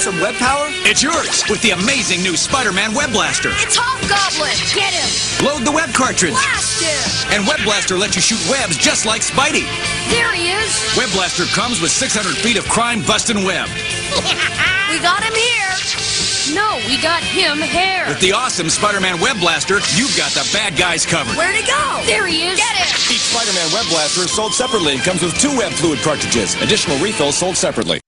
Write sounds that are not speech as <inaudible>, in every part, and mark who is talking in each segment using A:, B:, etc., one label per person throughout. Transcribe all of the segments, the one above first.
A: some web power?
B: It's yours with the amazing new Spider-Man Web Blaster.
C: It's Hobgoblin! Get him!
B: Load the web cartridge.
C: Blast him!
B: And Web Blaster lets you shoot webs just like Spidey.
C: There he is!
B: Web Blaster comes with 600 feet of crime-busting web.
C: we got him here! No, we got him here!
B: With the awesome Spider-Man Web Blaster, you've got the bad guys covered.
C: Where'd he go? There he is! Get him!
D: Each Spider-Man Web Blaster is sold separately and comes with two web fluid cartridges. Additional refills sold separately.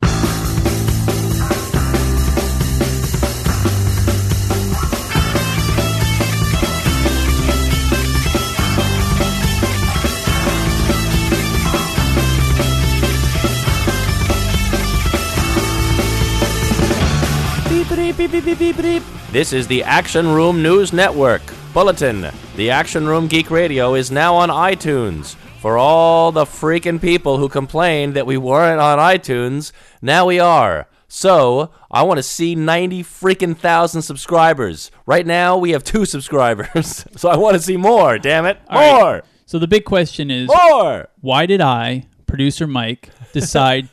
E: Beep, beep, beep, beep. This is the Action Room News Network. Bulletin The Action Room Geek Radio is now on iTunes. For all the freaking people who complained that we weren't on iTunes, now we are. So, I want to see 90 freaking thousand subscribers. Right now, we have two <laughs> subscribers. so, I want to see more, damn it.
F: right.
E: More!
F: So the big question is
E: More!
F: why did I, producer Mike, decide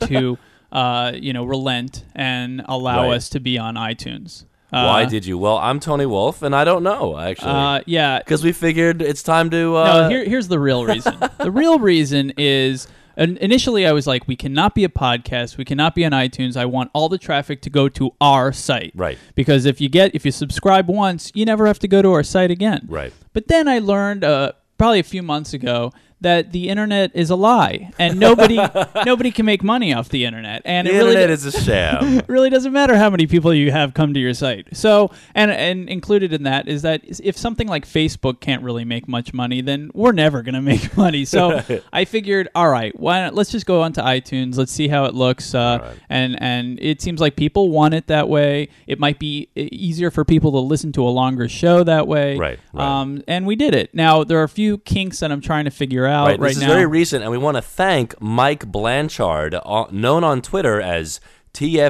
E: <laughs>
F: to uh, you know relent and allow
E: Right.
F: us to be on iTunes? Uh,
E: Why did you? Well, I'm Tony Wolf, and I don't know,
F: uh,
E: actually.
F: yeah?
E: Because we figured it's time to. Uh,
F: No, here, here's the
E: <laughs>
F: real reason. the real reason is and initially I was like, we cannot be a podcast, we cannot be on iTunes. I want all the traffic to go to our site,
E: Right.
F: Because if you get if you subscribe once, you never have to go to our site again,
E: Right.
F: But then I learned uh, probably a few months ago that the internet is a lie and
E: <laughs>
F: nobody nobody can make money off the internet, and
E: the
F: it really
E: internet
F: do-
E: is a
F: <laughs>
E: sham.
F: it really doesn't matter how many people you have come to your site. So, and and included in that is that if something like Facebook can't really make much money, then we're never going to <laughs> make
E: <laughs>
F: money. So, I figured, all right, why not, let's just go onto iTunes. Let's see how it looks. Uh, And and it seems like people want it that way. It might be e- easier for people to listen to a longer show that way.
E: Right, right.
F: Um, and we did it. Now there are a few kinks that I'm trying to figure out right,
E: Right, this
F: now.
E: is very recent, and we want to thank Mike Blanchard, uh, known on Twitter as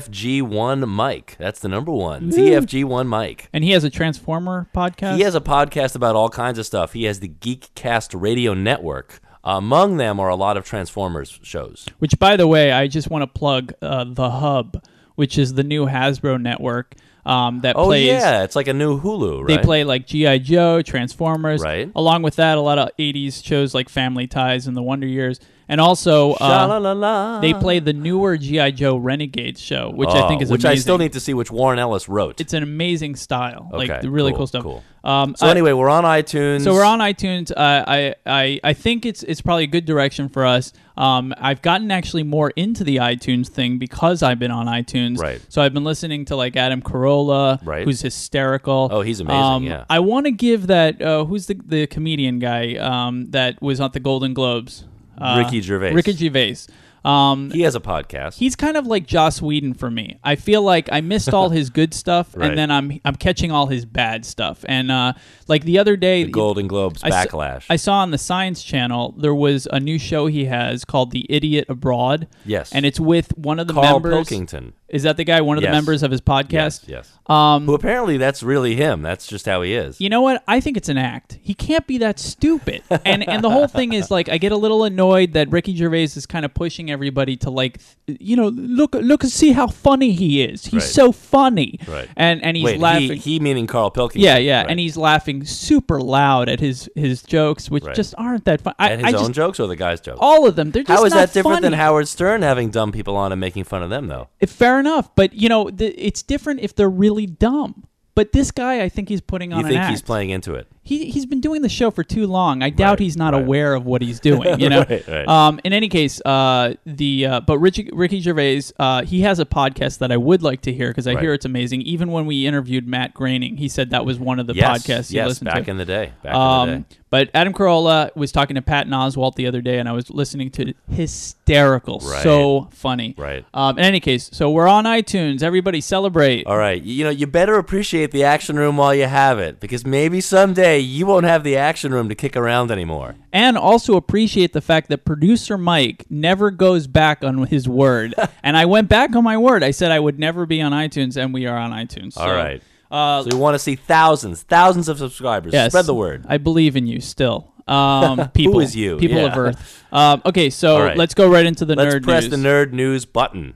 E: TFG1 Mike. That's the number one, TFG1 Mike.
F: and he has a Transformer podcast.
E: He has a podcast about all kinds of stuff. He has the Geekcast Radio Network. Among them are a lot of Transformers shows.
F: Which, by the way, I just want to plug uh, the Hub, which is the new Hasbro network um, that
E: Oh
F: plays.
E: yeah, it's like a new Hulu,
F: They
E: right?
F: play like GI Joe, Transformers.
E: Right.
F: Along with that, a lot of '80s shows like Family Ties and The Wonder Years, and also uh,
E: Sha-la-la-la.
F: they play the newer GI Joe Renegades show, which I
E: Oh,
F: think is
E: which
F: amazing.
E: I still need to see, which Warren Ellis wrote.
F: It's an amazing style, like
E: Okay,
F: the really
E: cool,
F: cool, stuff.
E: cool.
F: Um,
E: so
F: I-
E: anyway, we're on iTunes.
F: so we're on iTunes. Uh, I, I I think it's it's probably a good direction for us. Um, I've gotten actually more into the iTunes thing because I've been on iTunes.
E: Right.
F: So I've been listening to like Adam Carolla,
E: Right.
F: who's hysterical.
E: Oh, he's amazing,
F: Um,
E: yeah.
F: I want to give that uh, who's the the comedian guy um, that was on the Golden Globes. Uh,
E: Ricky Gervais.
F: Ricky Gervais. Um,
E: He has a podcast.
F: he's kind of like Joss Whedon for me. I feel like I missed
E: <laughs>
F: all his good stuff,
E: Right.
F: and then I'm I'm catching all his bad stuff. And uh, like the other day,
E: the Golden Globes
F: I s-
E: backlash.
F: I saw on the Science Channel there was a new show he has called The Idiot Abroad.
E: Yes.
F: and it's with one of the
E: Carl
F: members.
E: Pilkington.
F: Is that the guy? One of
E: Yes.
F: the members of his podcast.
E: Yes, yes.
F: Um,
E: Who apparently that's really him. That's just how he is.
F: you know what? I think it's an act. He can't be that stupid. And and the whole thing is like I get a little annoyed that Ricky Gervais is kind of pushing everybody to like th- you know look look and see how funny he is. He's
E: Right.
F: so funny.
E: Right.
F: And and he's
E: Wait,
F: laughing.
E: He, he meaning Carl Pilkington.
F: yeah, yeah,
E: right.
F: and he's laughing super loud at his his jokes, which
E: Right.
F: just aren't that fun. I,
E: and
F: I
E: his
F: just
E: own jokes or the guy's jokes.
F: all of them. They're just
E: how is
F: not
E: that different than
F: funny.
E: Howard Stern having dumb people on and making fun of them though?
F: Eh, Fair enough, but you know, th- it's different if they're really dumb. But this guy, I think he's putting on
E: You
F: an
E: think
F: act.
E: he's playing into it?
F: He he's been doing the show for too long. I doubt
E: Right,
F: he's not
E: right.
F: aware of what
E: <laughs>
F: he's doing. You know.
E: Right, right.
F: Um. In any case, uh, the uh, but Richie, Ricky Gervais, uh, he has a podcast that I would like to hear because I
E: Right.
F: hear it's amazing. Even when we interviewed Matt Groening, he said that was one of the
E: yes,
F: podcasts he
E: yes.
F: listened
E: Back
F: to.
E: in the day. Back in the
F: Um,
E: day.
F: but Adam Carolla was talking to Patton Oswalt the other day, and I was listening to it. hysterical, so funny.
E: Right.
F: Um, in any case, so we're on iTunes. Everybody celebrate.
E: All right, you know you better appreciate the action room while you have it, because maybe someday you won't have the action room to kick around anymore.
F: And also appreciate the fact that producer Mike never goes back on
E: <laughs>
F: his word. and I went back on my word. I said I would never be on iTunes, and we are on iTunes.
E: All
F: So,
E: right.
F: Uh,
E: so we want to see thousands, thousands of subscribers.
F: yes,
E: Spread the word.
F: I believe in you still.
E: <laughs>
F: Um, people,
E: is you?
F: People
E: Yeah.
F: of Earth. Um, okay, so
E: All right.
F: let's go right into the
E: Let's
F: nerd
E: press
F: news.
E: the nerd news button.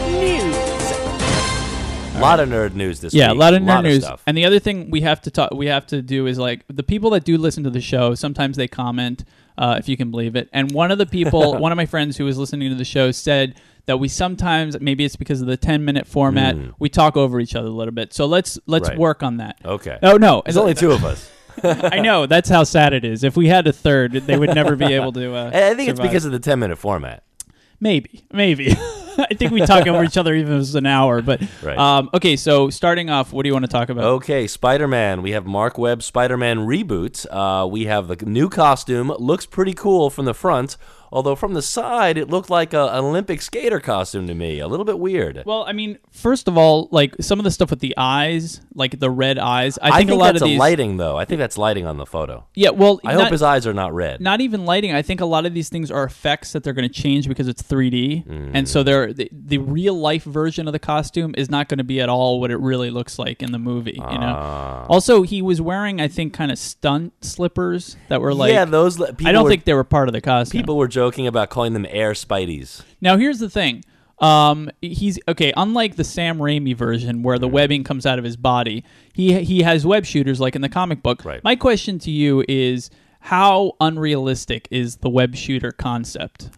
A: news.
E: A lot of nerd news this
F: Yeah,
E: week.
F: a lot of nerd news.
E: stuff.
F: And the other thing we have to talk, we have to do is like the people that do listen to the show. Sometimes they comment, uh, if you can believe it. And one of
E: <laughs>
F: the people, one of my friends who was listening to the show, said that we sometimes, maybe it's because of the ten minute format, we talk over each other a little bit. So let's let's
E: Hmm. Right.
F: work on that.
E: Okay.
F: Oh no,
E: There's only two of us.
F: <laughs> I know that's how sad it is. If we had a third, they would never be able to. Uh,
E: <laughs> I think it's
F: survive.
E: because of the 10 minute format.
F: Maybe, maybe. <laughs> I think we talk over each other even if it's an hour. But
E: Right.
F: um, okay, so starting off, what do you want to talk about?
E: Okay, Spider Man. We have Mark Webb Spider Man reboot. Uh, we have the new costume. Looks pretty cool from the front, although from the side, it looked like a, an Olympic skater costume to me. A little bit weird.
F: Well, I mean, first of all, like some of the stuff with the eyes, like the red eyes. I think, a lot
E: that's
F: of
E: a
F: these.
E: lighting, though. I think that's lighting on the photo.
F: yeah, well,
E: I
F: not,
E: hope his eyes are not red.
F: not even lighting. I think a lot of these things are effects that they're going to change because it's 3D,
E: Mm.
F: and so they're the, the real life version of the costume is not going to be at all what it really looks like in the movie. You
E: Ah.
F: know. Also, he was wearing, I think, kind of stunt slippers that were like.
E: yeah, those. li- People
F: I don't
E: were,
F: think they were part of the
E: <laughs>
F: costume.
E: people were joking about calling them air Spideys.
F: Now here's the thing. Um, he's okay. Unlike the Sam Raimi version, where
E: Mm-hmm.
F: the webbing comes out of his body, he he has web shooters like in the comic book.
E: Right.
F: My question to you is, how unrealistic is the web shooter concept?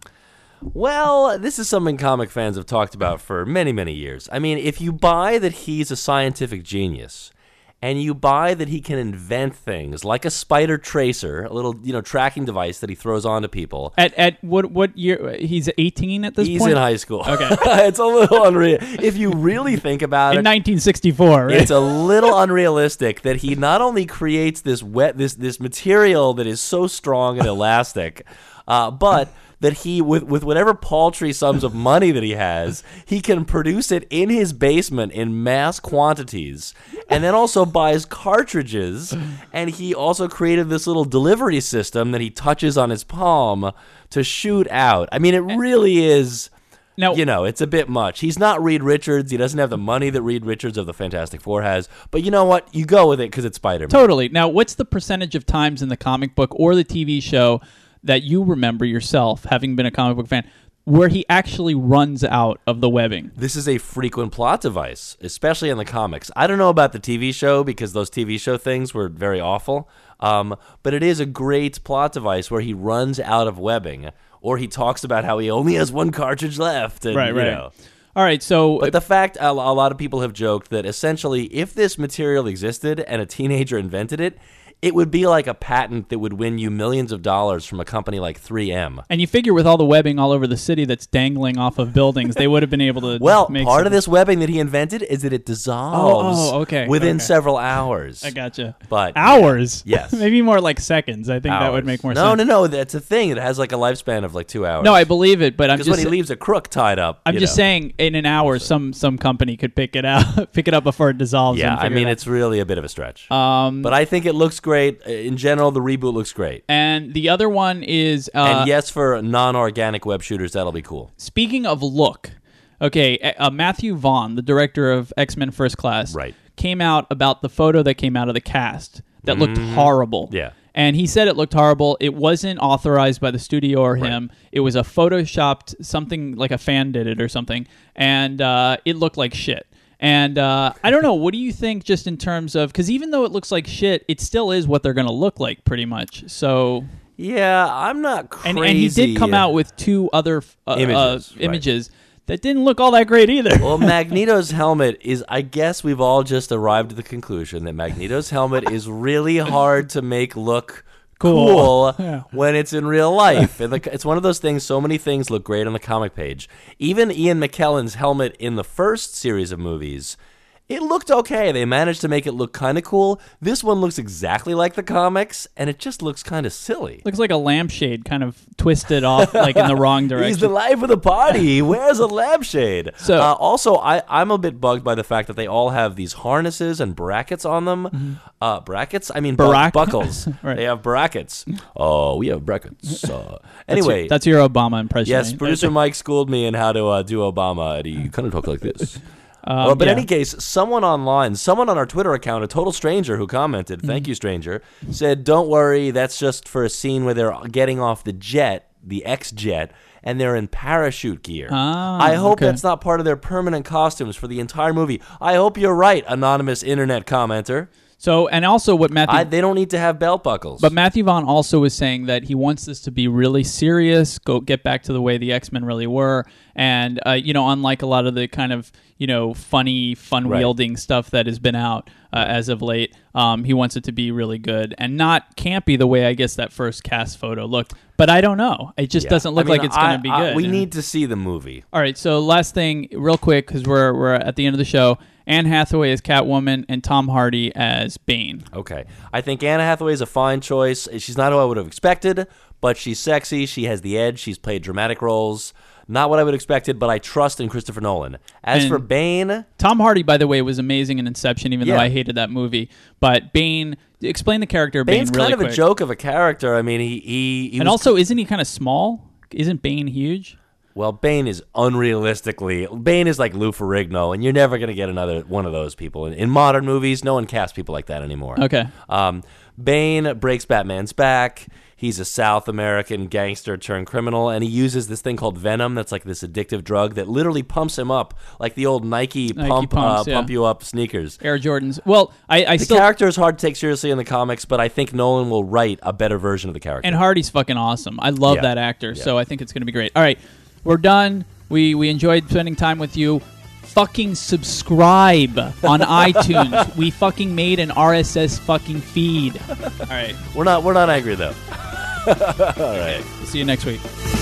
E: Well, this is something comic fans have talked about for many, many years. I mean, if you buy that he's a scientific genius and you buy that he can invent things like a spider tracer, a little, you know, tracking device that he throws onto people.
F: At at what what year? He's 18 at this
E: He's
F: point.
E: in high school.
F: Okay.
E: <laughs> it's a little unreal. If you really think about
F: in
E: it,
F: 1964, right?
E: <laughs> it's a little unrealistic that he not only creates this wet this this material that is so strong and elastic, <laughs> uh, but that he with with whatever paltry sums of money that he has, he can produce it in his basement in mass quantities, and then also buys cartridges, and he also created this little delivery system that he touches on his palm to shoot out. I mean, it really is.
F: Now-
E: you know, it's a bit much. He's not Reed Richards. He doesn't have the money that Reed Richards of the Fantastic Four has. But you know what? You go with it because it's Spider Man.
F: Totally. Now, what's the percentage of times in the comic book or the TV show that you remember yourself having been a comic book fan where he actually runs out of the webbing?
E: This is a frequent plot device, especially in the comics. I don't know about the TV show because those TV show things were very awful. Um, but it is a great plot device where he runs out of webbing, or he talks about how he only has one cartridge left. And, you know.
F: All right, so
E: But the fact a, a lot of people have joked that essentially, if this material existed and a teenager invented it, it would be like a patent that would win you millions of dollars from a company like 3M.
F: and you figure with all the webbing all over the city that's dangling off of buildings, they would have been able to.
E: <laughs> Well,
F: make
E: part
F: some-
E: of this webbing that he invented is that it dissolves
F: Oh, oh, okay,
E: within
F: okay.
E: several hours.
F: I gotcha.
E: But-
F: hours,
E: <laughs> Yes.
F: <laughs> maybe more like seconds. I think that would
E: Hours.
F: make more
E: no,
F: sense.
E: No, no, That's a thing. It has like a lifespan of like two hours.
F: no, I believe it, but I'm
E: because when
F: just
E: he leaves a crook tied up,
F: I'm
E: you
F: just
E: know.
F: saying, in an hour, some some company could pick it out, <laughs> pick it up before it dissolves.
E: Yeah,
F: and
E: I
F: figure
E: mean
F: it out.
E: it's really a bit of a stretch. Um, but I think it looks great in general. The reboot looks great,
F: And the other one is uh,
E: and yes, for non-organic web shooters, that'll be cool.
F: Speaking of look, okay, uh, uh, Matthew Vaughn, the director of X Men First Class,
E: Right.
F: came out about the photo that came out of the cast that looked horrible.
E: Mm-hmm. Yeah.
F: And he said it looked horrible. It wasn't authorized by the studio or him. It was a photoshopped something like a fan did it or something, and uh, it looked like shit. And uh, I don't know. What do you think, just in terms of? Because even though it looks like shit, it still is what they're going to look like, pretty much. So
E: Yeah, I'm not crazy. uh,
F: and, and he did come out with two other f- uh,
E: Images,
F: images, uh,
E: right.
F: images that didn't look all that great either.
E: Well, Magneto's helmet is. I guess we've all just arrived at the conclusion that Magneto's helmet is really hard to make look cool,
F: Cool. Yeah.
E: when it's in real life. And the, it's one of those things. So many things look great on the comic page. Even Ian McKellen's helmet in the first series of movies. It looked okay. They managed to make it look kind of cool. This one looks exactly like the comics, and it just looks kind of silly.
F: Looks like a lampshade kind of twisted off like in the
E: <laughs>
F: wrong
E: He's the
F: direction.
E: life of the party.
F: <laughs>
E: He wears a lampshade.
F: So-
E: uh, also, I, I'm a bit bugged by the fact that they all have these harnesses and brackets on them. Uh, brackets? I mean, bu-
F: Barack-
E: buckles.
F: Mm-hmm. <laughs> Right.
E: They have brackets. Oh, we have brackets. Uh, anyway,
F: <laughs> that's your Obama impression.
E: yes,
F: right? <laughs>
E: producer Mike schooled me in how to uh, do Obama. And you kind of talk like
F: <laughs>
E: this. well, but
F: Um, yeah.
E: in any case, someone online, someone on our Twitter account, a total stranger who commented,
F: Mm-hmm.
E: thank you, stranger, said, don't worry, that's just for a scene where they're getting off the jet, the X jet, and they're in parachute gear.
F: Ah,
E: I hope that's not part of their permanent costumes for the entire movie. I hope you're right, anonymous internet commenter.
F: So, and also what Matthew
E: I, they don't need to have belt buckles.
F: But Matthew Vaughn also was saying that he wants this to be really serious, go get back to the way the X Men really were, and uh, you know, unlike a lot of the kind of you know funny, fun wielding stuff that has been out uh, as of late, um, he wants it to be really good and not campy the way I guess that first cast photo looked. But I don't know; it just
E: Yeah.
F: doesn't look
E: I mean,
F: like it's
E: I-
F: going to be
E: I-
F: good.
E: we
F: And-
E: need to see the movie.
F: All right, so last thing, real quick, because we're we're at the end of the show. Anne Hathaway as Catwoman and Tom Hardy as Bane.
E: Okay. I think Anna Hathaway is a fine choice. She's not who I would have expected, but she's sexy. She has the edge. She's played dramatic roles. Not what I would have expected, but I trust in Christopher Nolan. As
F: And-
E: for Bane,
F: Tom Hardy, by the way, was amazing in Inception, even though
E: Yeah.
F: I hated that movie. But Bane, explain the character of
E: Bane's
F: Bane really
E: kind of
F: quick.
E: a joke of a character. I mean, he he, he
F: And
E: was-
F: also, isn't he kind of small? Isn't Bane huge?
E: well, Bane is unrealistically Bane is like Lou Ferrigno, and you're never gonna get another one of those people in, in modern movies. No one casts people like that anymore.
F: Okay.
E: Um, Bane breaks Batman's back. He's a South American gangster turned criminal, and he uses this thing called venom that's like this addictive drug that literally pumps him up, like the old Nike, pump
F: pumps,
E: uh,
F: yeah.
E: pump you up sneakers.
F: Air Jordans. Well, I, I
E: The
F: still
E: character is hard to take seriously in the comics, but I think Nolan will write a better version of the character.
F: and Hardy's fucking awesome. I love
E: Yeah.
F: that actor, so I think it's gonna be great. All right, we're done. We we enjoyed spending time with you. Fucking
E: <laughs>
F: subscribe on iTunes. We fucking made an RSS fucking feed. All right,
E: we're not we're not angry though.
F: see you next week.